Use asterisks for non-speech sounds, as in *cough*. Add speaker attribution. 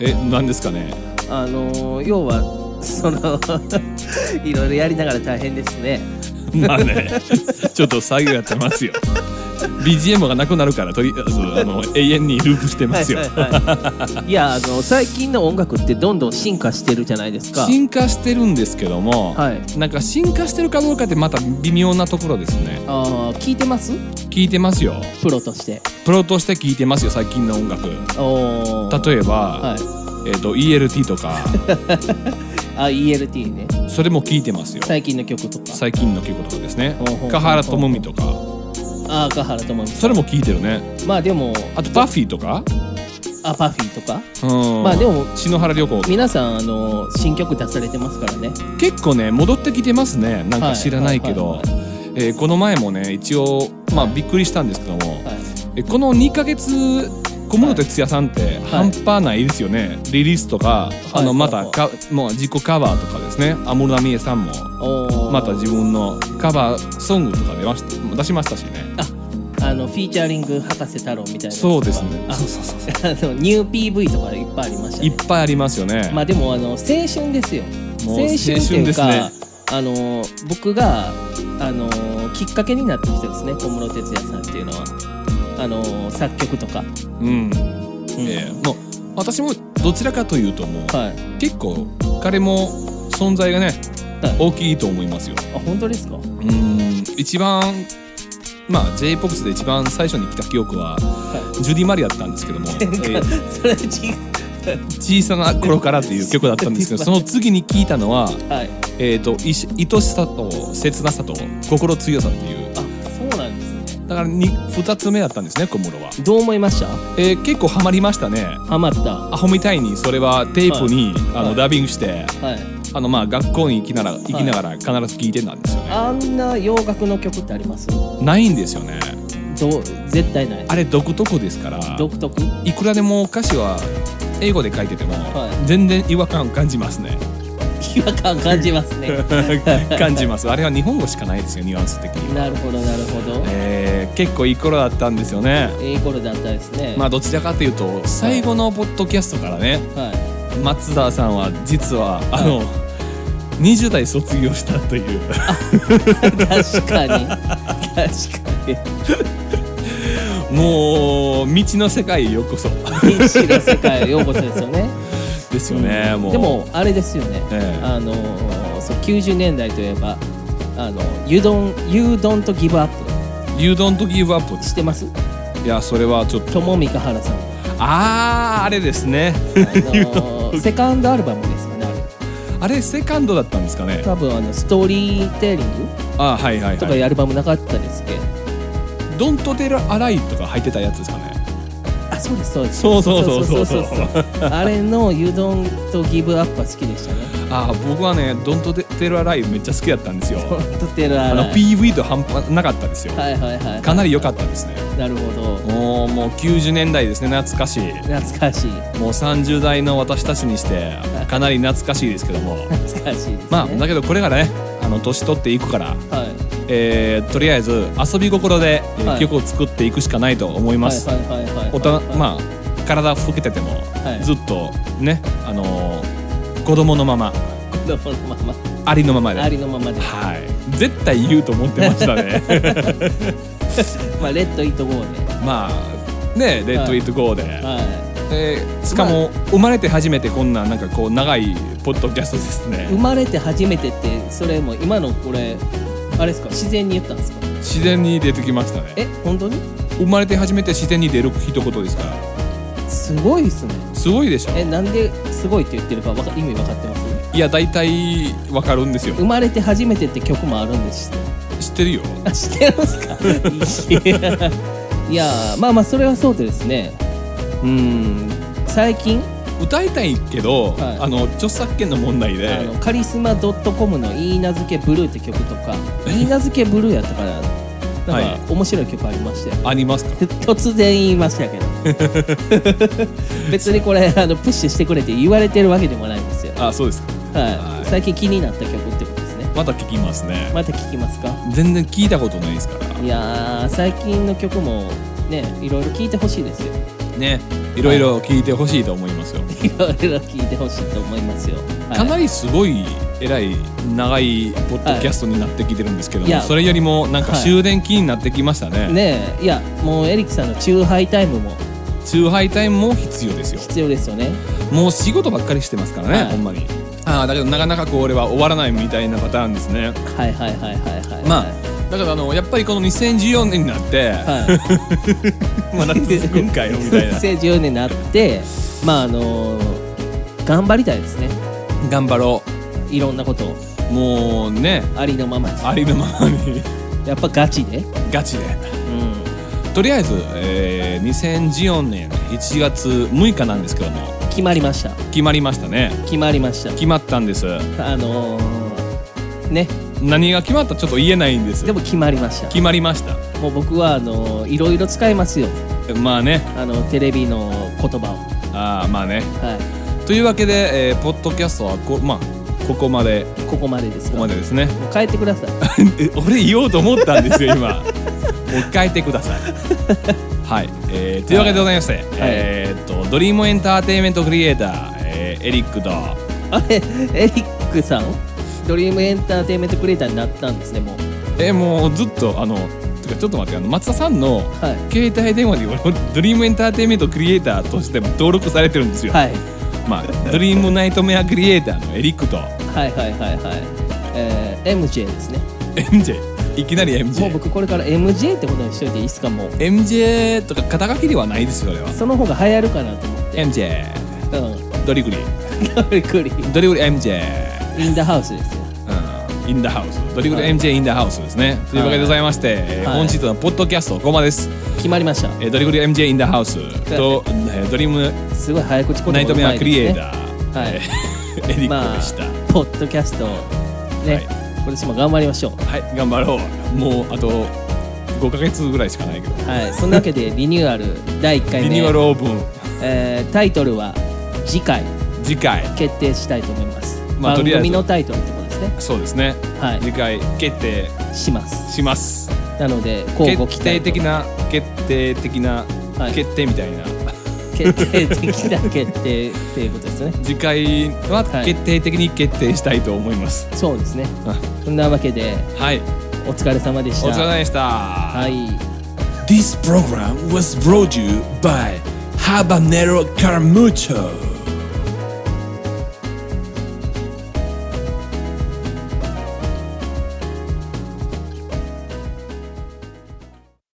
Speaker 1: え、なんですか
Speaker 2: *laughs*
Speaker 1: ね。
Speaker 2: あのー要は *laughs* そのいろいろやりながら大変ですね
Speaker 1: まあね、 *laughs* ちょっと作業やってますよ。BGM がなくなるから、とりあえずあの永遠にループしてますよ。
Speaker 2: はいはいはい、いやあの最近の音楽ってどんどん進化してるじゃないですか
Speaker 1: 進化してるんですけども、
Speaker 2: はい
Speaker 1: なんか進化してるかどうかってまた微妙なところですね。
Speaker 2: あー聞いてます
Speaker 1: 聞いてますよ。
Speaker 2: プロとして
Speaker 1: プロとして聞いてますよ、最近の音楽。
Speaker 2: おー
Speaker 1: 例えば、
Speaker 2: はい
Speaker 1: えっ、と ELT とか、
Speaker 2: あ ELT ね
Speaker 1: それも聞いてますよ。
Speaker 2: 最近の曲とか
Speaker 1: 最近の曲とかですね
Speaker 2: ほうほうほうほ。う
Speaker 1: 香原朋美とか、
Speaker 2: あー香原朋美
Speaker 1: それも聞いてるね。
Speaker 2: まあでも
Speaker 1: あとパフィーとか、
Speaker 2: アパフィーとか
Speaker 1: うん。
Speaker 2: まあでも
Speaker 1: 篠原涼子
Speaker 2: 皆さんあの新曲出されてますからね
Speaker 1: 結構ね戻ってきてますねなんか知らないけ
Speaker 2: は
Speaker 1: ど
Speaker 2: いは
Speaker 1: えーこの前もね一応まあびっくりしたんですけども、
Speaker 2: はい
Speaker 1: えこの2ヶ月小室哲哉さんって半端ないですよね、リリースとか、あの
Speaker 2: はい
Speaker 1: またかもう自己カバーとかですね安室奈美恵さんも
Speaker 2: おー
Speaker 1: また自分のカバーソングとか出まし出しましたしね
Speaker 2: あのフィーチャリング博士太郎みたいなやつとか
Speaker 1: そうですね
Speaker 2: あ
Speaker 1: そうそうそうそう
Speaker 2: あのニュー PV とかいっぱいありました
Speaker 1: い
Speaker 2: ね
Speaker 1: っぱいありますよね、
Speaker 2: まあでもあの青春ですよ
Speaker 1: も
Speaker 2: 青
Speaker 1: う
Speaker 2: 春っていうか、
Speaker 1: 青春で
Speaker 2: あの僕があのきっかけになった人ですね小室哲哉さんっていうのはあの作曲とか、
Speaker 1: うん、
Speaker 2: うん
Speaker 1: えーもう私もどちらかというともう、
Speaker 2: はい
Speaker 1: 結構彼も存在がね
Speaker 2: はい
Speaker 1: 大きいと思いますよ
Speaker 2: あ本当ですか *laughs*
Speaker 1: うーん一番まあ j p o p で一番最初に来た記憶は、ジュディ・マリだったんです
Speaker 2: *laughs*
Speaker 1: けども「えー
Speaker 2: それ違
Speaker 1: 小さな頃から」っていう曲だったんです
Speaker 2: *laughs*
Speaker 1: けどその次に聞いたのは
Speaker 2: うはい
Speaker 1: 「えー、といし愛しさと切なさと心強さ」っていう
Speaker 2: あそうなんですね
Speaker 1: だから 2, 二つ目だったんですね小室は、
Speaker 2: どう思いました
Speaker 1: えー結構ハマりましたね
Speaker 2: ハマった
Speaker 1: アホみたいにそれはテープに、あの
Speaker 2: はい
Speaker 1: ダビングして
Speaker 2: はい
Speaker 1: あのまあ学校に行きなら行きながら必ず聴いてたんですよね、
Speaker 2: あんな洋楽の曲ってありますど
Speaker 1: ないんですよね
Speaker 2: う絶対ない
Speaker 1: あれ独特ですから
Speaker 2: 独特 *laughs*
Speaker 1: いくらでも歌詞は英語で書いてても、
Speaker 2: は
Speaker 1: 全然違和感感じますね
Speaker 2: 違和感感じますね
Speaker 1: *laughs* 感じますあれは日本語しかないですよニュアンス的には、
Speaker 2: なるほどなるほど
Speaker 1: えー結構いい頃だったんですよね
Speaker 2: いい頃だったですね
Speaker 1: まあどちらかというと最後のポッドキャストからね
Speaker 2: はい
Speaker 1: 松田さんは実はあの、20代卒業したという
Speaker 2: 確かに確か
Speaker 1: もう道の世界へようこそ
Speaker 2: に未知の世界へようこそですよね
Speaker 1: ですよね、もう
Speaker 2: でもあれですよね、
Speaker 1: ええ
Speaker 2: あのそう90年代といえばあの油丼油丼とギブアップ
Speaker 1: 牛丼とギブアップです
Speaker 2: してます
Speaker 1: いやそれはちょっと
Speaker 2: 友美香原
Speaker 1: *laughs*
Speaker 2: さん、
Speaker 1: あーあれですね *laughs*
Speaker 2: あのセカンドアルバムですよねあれ
Speaker 1: あれセカンドだったんですかね
Speaker 2: 多分あのストーリーテリング
Speaker 1: あはいはい
Speaker 2: とか
Speaker 1: はいいう
Speaker 2: アルバムなかったですけど、
Speaker 1: 「ドントテルアライ」とか入ってたやつですかね
Speaker 2: あそうですそうです
Speaker 1: そうそうそうそうそう
Speaker 2: あれの油丼とギブアップは好きでしたね
Speaker 1: あー僕はね「ドントテルアライ」めっちゃ好きだったんですよ
Speaker 2: ホントテラ
Speaker 1: あの
Speaker 2: ーラ
Speaker 1: PV と半端なかったですよ
Speaker 2: はいはいはい
Speaker 1: かなり良かったですね
Speaker 2: なるほど
Speaker 1: もうもう90年代ですね懐かしい
Speaker 2: 懐かしい
Speaker 1: もう30代の私たちにしてかなり懐かしいですけど
Speaker 2: *laughs*
Speaker 1: も
Speaker 2: 懐かしいですね
Speaker 1: まあだけどこれがねあの年取っていくから、
Speaker 2: はい
Speaker 1: えーとりあえず遊び心で、えー
Speaker 2: はい
Speaker 1: 曲を作っていくしかないと思い
Speaker 2: は
Speaker 1: ま
Speaker 2: い
Speaker 1: す、
Speaker 2: はいはいはい
Speaker 1: 大人まあ体老けてても、
Speaker 2: はい
Speaker 1: ずっとねあのー子供のまま
Speaker 2: あ子供のまま
Speaker 1: ありのままで
Speaker 2: ありのままで
Speaker 1: はい絶対言うと思ってましたね
Speaker 2: *laughs*
Speaker 1: *laughs*
Speaker 2: まあレッドイットゴーで
Speaker 1: まあねレッド・イット・ゴーで、
Speaker 2: は
Speaker 1: えーしかも、生まれて初めてこんななんかこう長いポッドキャストです
Speaker 2: い
Speaker 1: ね
Speaker 2: 生まれて初めてってそれも今のこれあれですか自然に言ったんですか
Speaker 1: 自然に出てきましたね
Speaker 2: え本当に
Speaker 1: 生まれて初めて自然に出る一言ですから
Speaker 2: すごいですね
Speaker 1: すごいでしょ
Speaker 2: えなんですごいって言ってるかわか意味分かってます
Speaker 1: いや大体わかるんですよ
Speaker 2: 生まれて初めてって曲もあるんです
Speaker 1: 知
Speaker 2: し
Speaker 1: ってるよ
Speaker 2: あ知ってますかいやーまあまあそれはそうでですねうん最近、
Speaker 1: 歌いたいけど、
Speaker 2: はい
Speaker 1: あの著作権の問題で
Speaker 2: あのカリスマ .com の「いいなずけブルー」って曲とか「いいなずけブルー」やったから
Speaker 1: は
Speaker 2: なん
Speaker 1: い
Speaker 2: か面白い曲ありましたよ
Speaker 1: ありますか
Speaker 2: 突然言いましたけど
Speaker 1: *laughs*
Speaker 2: 別にこれあのプッシュしてくれって言われてるわけでもないんですよ、
Speaker 1: あそうですかは
Speaker 2: はいい、最近気になった曲ってことですね
Speaker 1: また聞きますね、
Speaker 2: また聞きますか
Speaker 1: 全然聞いたことないですから
Speaker 2: いやー最近の曲もねいろいろ聴いてほしいですよ
Speaker 1: ねいろいろ聞いてほしいと思いますよ、
Speaker 2: いろいろ聞いてほしいと思いますよ。はい
Speaker 1: かなりすごい偉い長いポッドキャストになってきてるんですけど
Speaker 2: はいい
Speaker 1: も、
Speaker 2: や
Speaker 1: それよりもなんか
Speaker 2: はい
Speaker 1: 終電気になってきましたね、
Speaker 2: ねえいやもうエリックさんのチューハイタイムも
Speaker 1: チューハイタイムも必要ですよ
Speaker 2: 必要ですよね。
Speaker 1: もう仕事ばっかりしてますからね、
Speaker 2: はい
Speaker 1: ほんまにああだけどなかなかこう俺は終わらないみたいなパターンですね
Speaker 2: はいはいはいはいはい。
Speaker 1: まあだからあのやっぱりこの2014年になって、
Speaker 2: *laughs* はい。
Speaker 1: まだ続くんかよみたい
Speaker 2: *laughs*
Speaker 1: な
Speaker 2: 成年になってまああのー頑張りたいですね。
Speaker 1: 頑張ろ
Speaker 2: いろんなことを
Speaker 1: うもうね
Speaker 2: ありのままに
Speaker 1: ありのままに
Speaker 2: やっぱガチで。
Speaker 1: ガチで
Speaker 2: うん。
Speaker 1: とりあえず、えー2014年1月6日なんですけども
Speaker 2: 決まりました。
Speaker 1: 決まりましたね
Speaker 2: 決まりました。
Speaker 1: 決まったんです
Speaker 2: あのーね
Speaker 1: 何が決まったちょっと言えないんです
Speaker 2: でも決まりました。
Speaker 1: 決まりました
Speaker 2: もう僕はあのーいろいろ使いますよ。
Speaker 1: まあね
Speaker 2: あのテレビの言葉を。
Speaker 1: ああまあね
Speaker 2: は
Speaker 1: というわけで、えーポッドキャストはこ,、まあ、ここまで
Speaker 2: い。ここまでです
Speaker 1: こ
Speaker 2: か。
Speaker 1: こまでですね
Speaker 2: もう変えてください。
Speaker 1: え俺言おうと思ったんですよ今 *laughs* もう変えてくだ *laughs* さいはい、えーというわけでございまして、えーっとドリームエンターテインメントクリエイター、えーエリックと
Speaker 2: あれエリックさんドリームエンターテインメントクリエイターになったんですねもう
Speaker 1: えーもうずっとあのてかちょっと待ってあの松田さんの
Speaker 2: は
Speaker 1: 携帯電話に俺ドリームエンターテインメントクリエイターとして登録されてるんです
Speaker 2: い、
Speaker 1: よ、
Speaker 2: はい、
Speaker 1: まあ、ドリームナイトメアクリエイターのエリックと
Speaker 2: はいはいはいはいえー MJ ですね
Speaker 1: MJ いきなり
Speaker 2: もう
Speaker 1: MJ
Speaker 2: 僕これから MJ ってことにしといていいですかもう
Speaker 1: MJ とか肩書きではないですよあれは
Speaker 2: その方が流行るかなと思
Speaker 1: MJ
Speaker 2: って
Speaker 1: ドリグリ
Speaker 2: うんびっくり
Speaker 1: ドリグリ MJ
Speaker 2: インダハウスですよ
Speaker 1: うんインダハウスドリグリ MJ インダハウスですねというわけでございまして、えー
Speaker 2: はい
Speaker 1: 本日のポッドキャストここまでです、
Speaker 2: 決まりました
Speaker 1: えードリグリ MJ インダハウスと、えードリーム
Speaker 2: すごい早口言葉
Speaker 1: ナイトメアクリエイ
Speaker 2: ー
Speaker 1: ター、
Speaker 2: はい
Speaker 1: えーエリック
Speaker 2: ま
Speaker 1: でした、
Speaker 2: あポッドキャストをね、
Speaker 1: はい
Speaker 2: 今年も頑張りましょう
Speaker 1: はい頑張ろうもうあと5ヶ月ぐらいしかないけど
Speaker 2: はいそんなわけでリニューアル第1回目
Speaker 1: リニューアルオープン
Speaker 2: えータイトルは「次回」
Speaker 1: 次回
Speaker 2: 決定したいと思います、
Speaker 1: まあと
Speaker 2: 番
Speaker 1: りあえず
Speaker 2: 組のタイトルってことですね
Speaker 1: そうですね
Speaker 2: は
Speaker 1: 次
Speaker 2: い
Speaker 1: 回決定
Speaker 2: します
Speaker 1: します
Speaker 2: なので交互期
Speaker 1: 決定
Speaker 2: 待と
Speaker 1: 的な決定的な、
Speaker 2: はい
Speaker 1: 決定みたいな
Speaker 2: 決定的な決定っていうことですね
Speaker 1: 次回は
Speaker 2: はい
Speaker 1: 決定的に決定したいと思います
Speaker 2: そうですね
Speaker 1: あ
Speaker 2: そんなわけで
Speaker 1: はい
Speaker 2: お疲れ様でし
Speaker 1: お
Speaker 2: た
Speaker 1: 疲れ様でした、
Speaker 2: はい
Speaker 1: This program was brought to you by Habanero Carmucho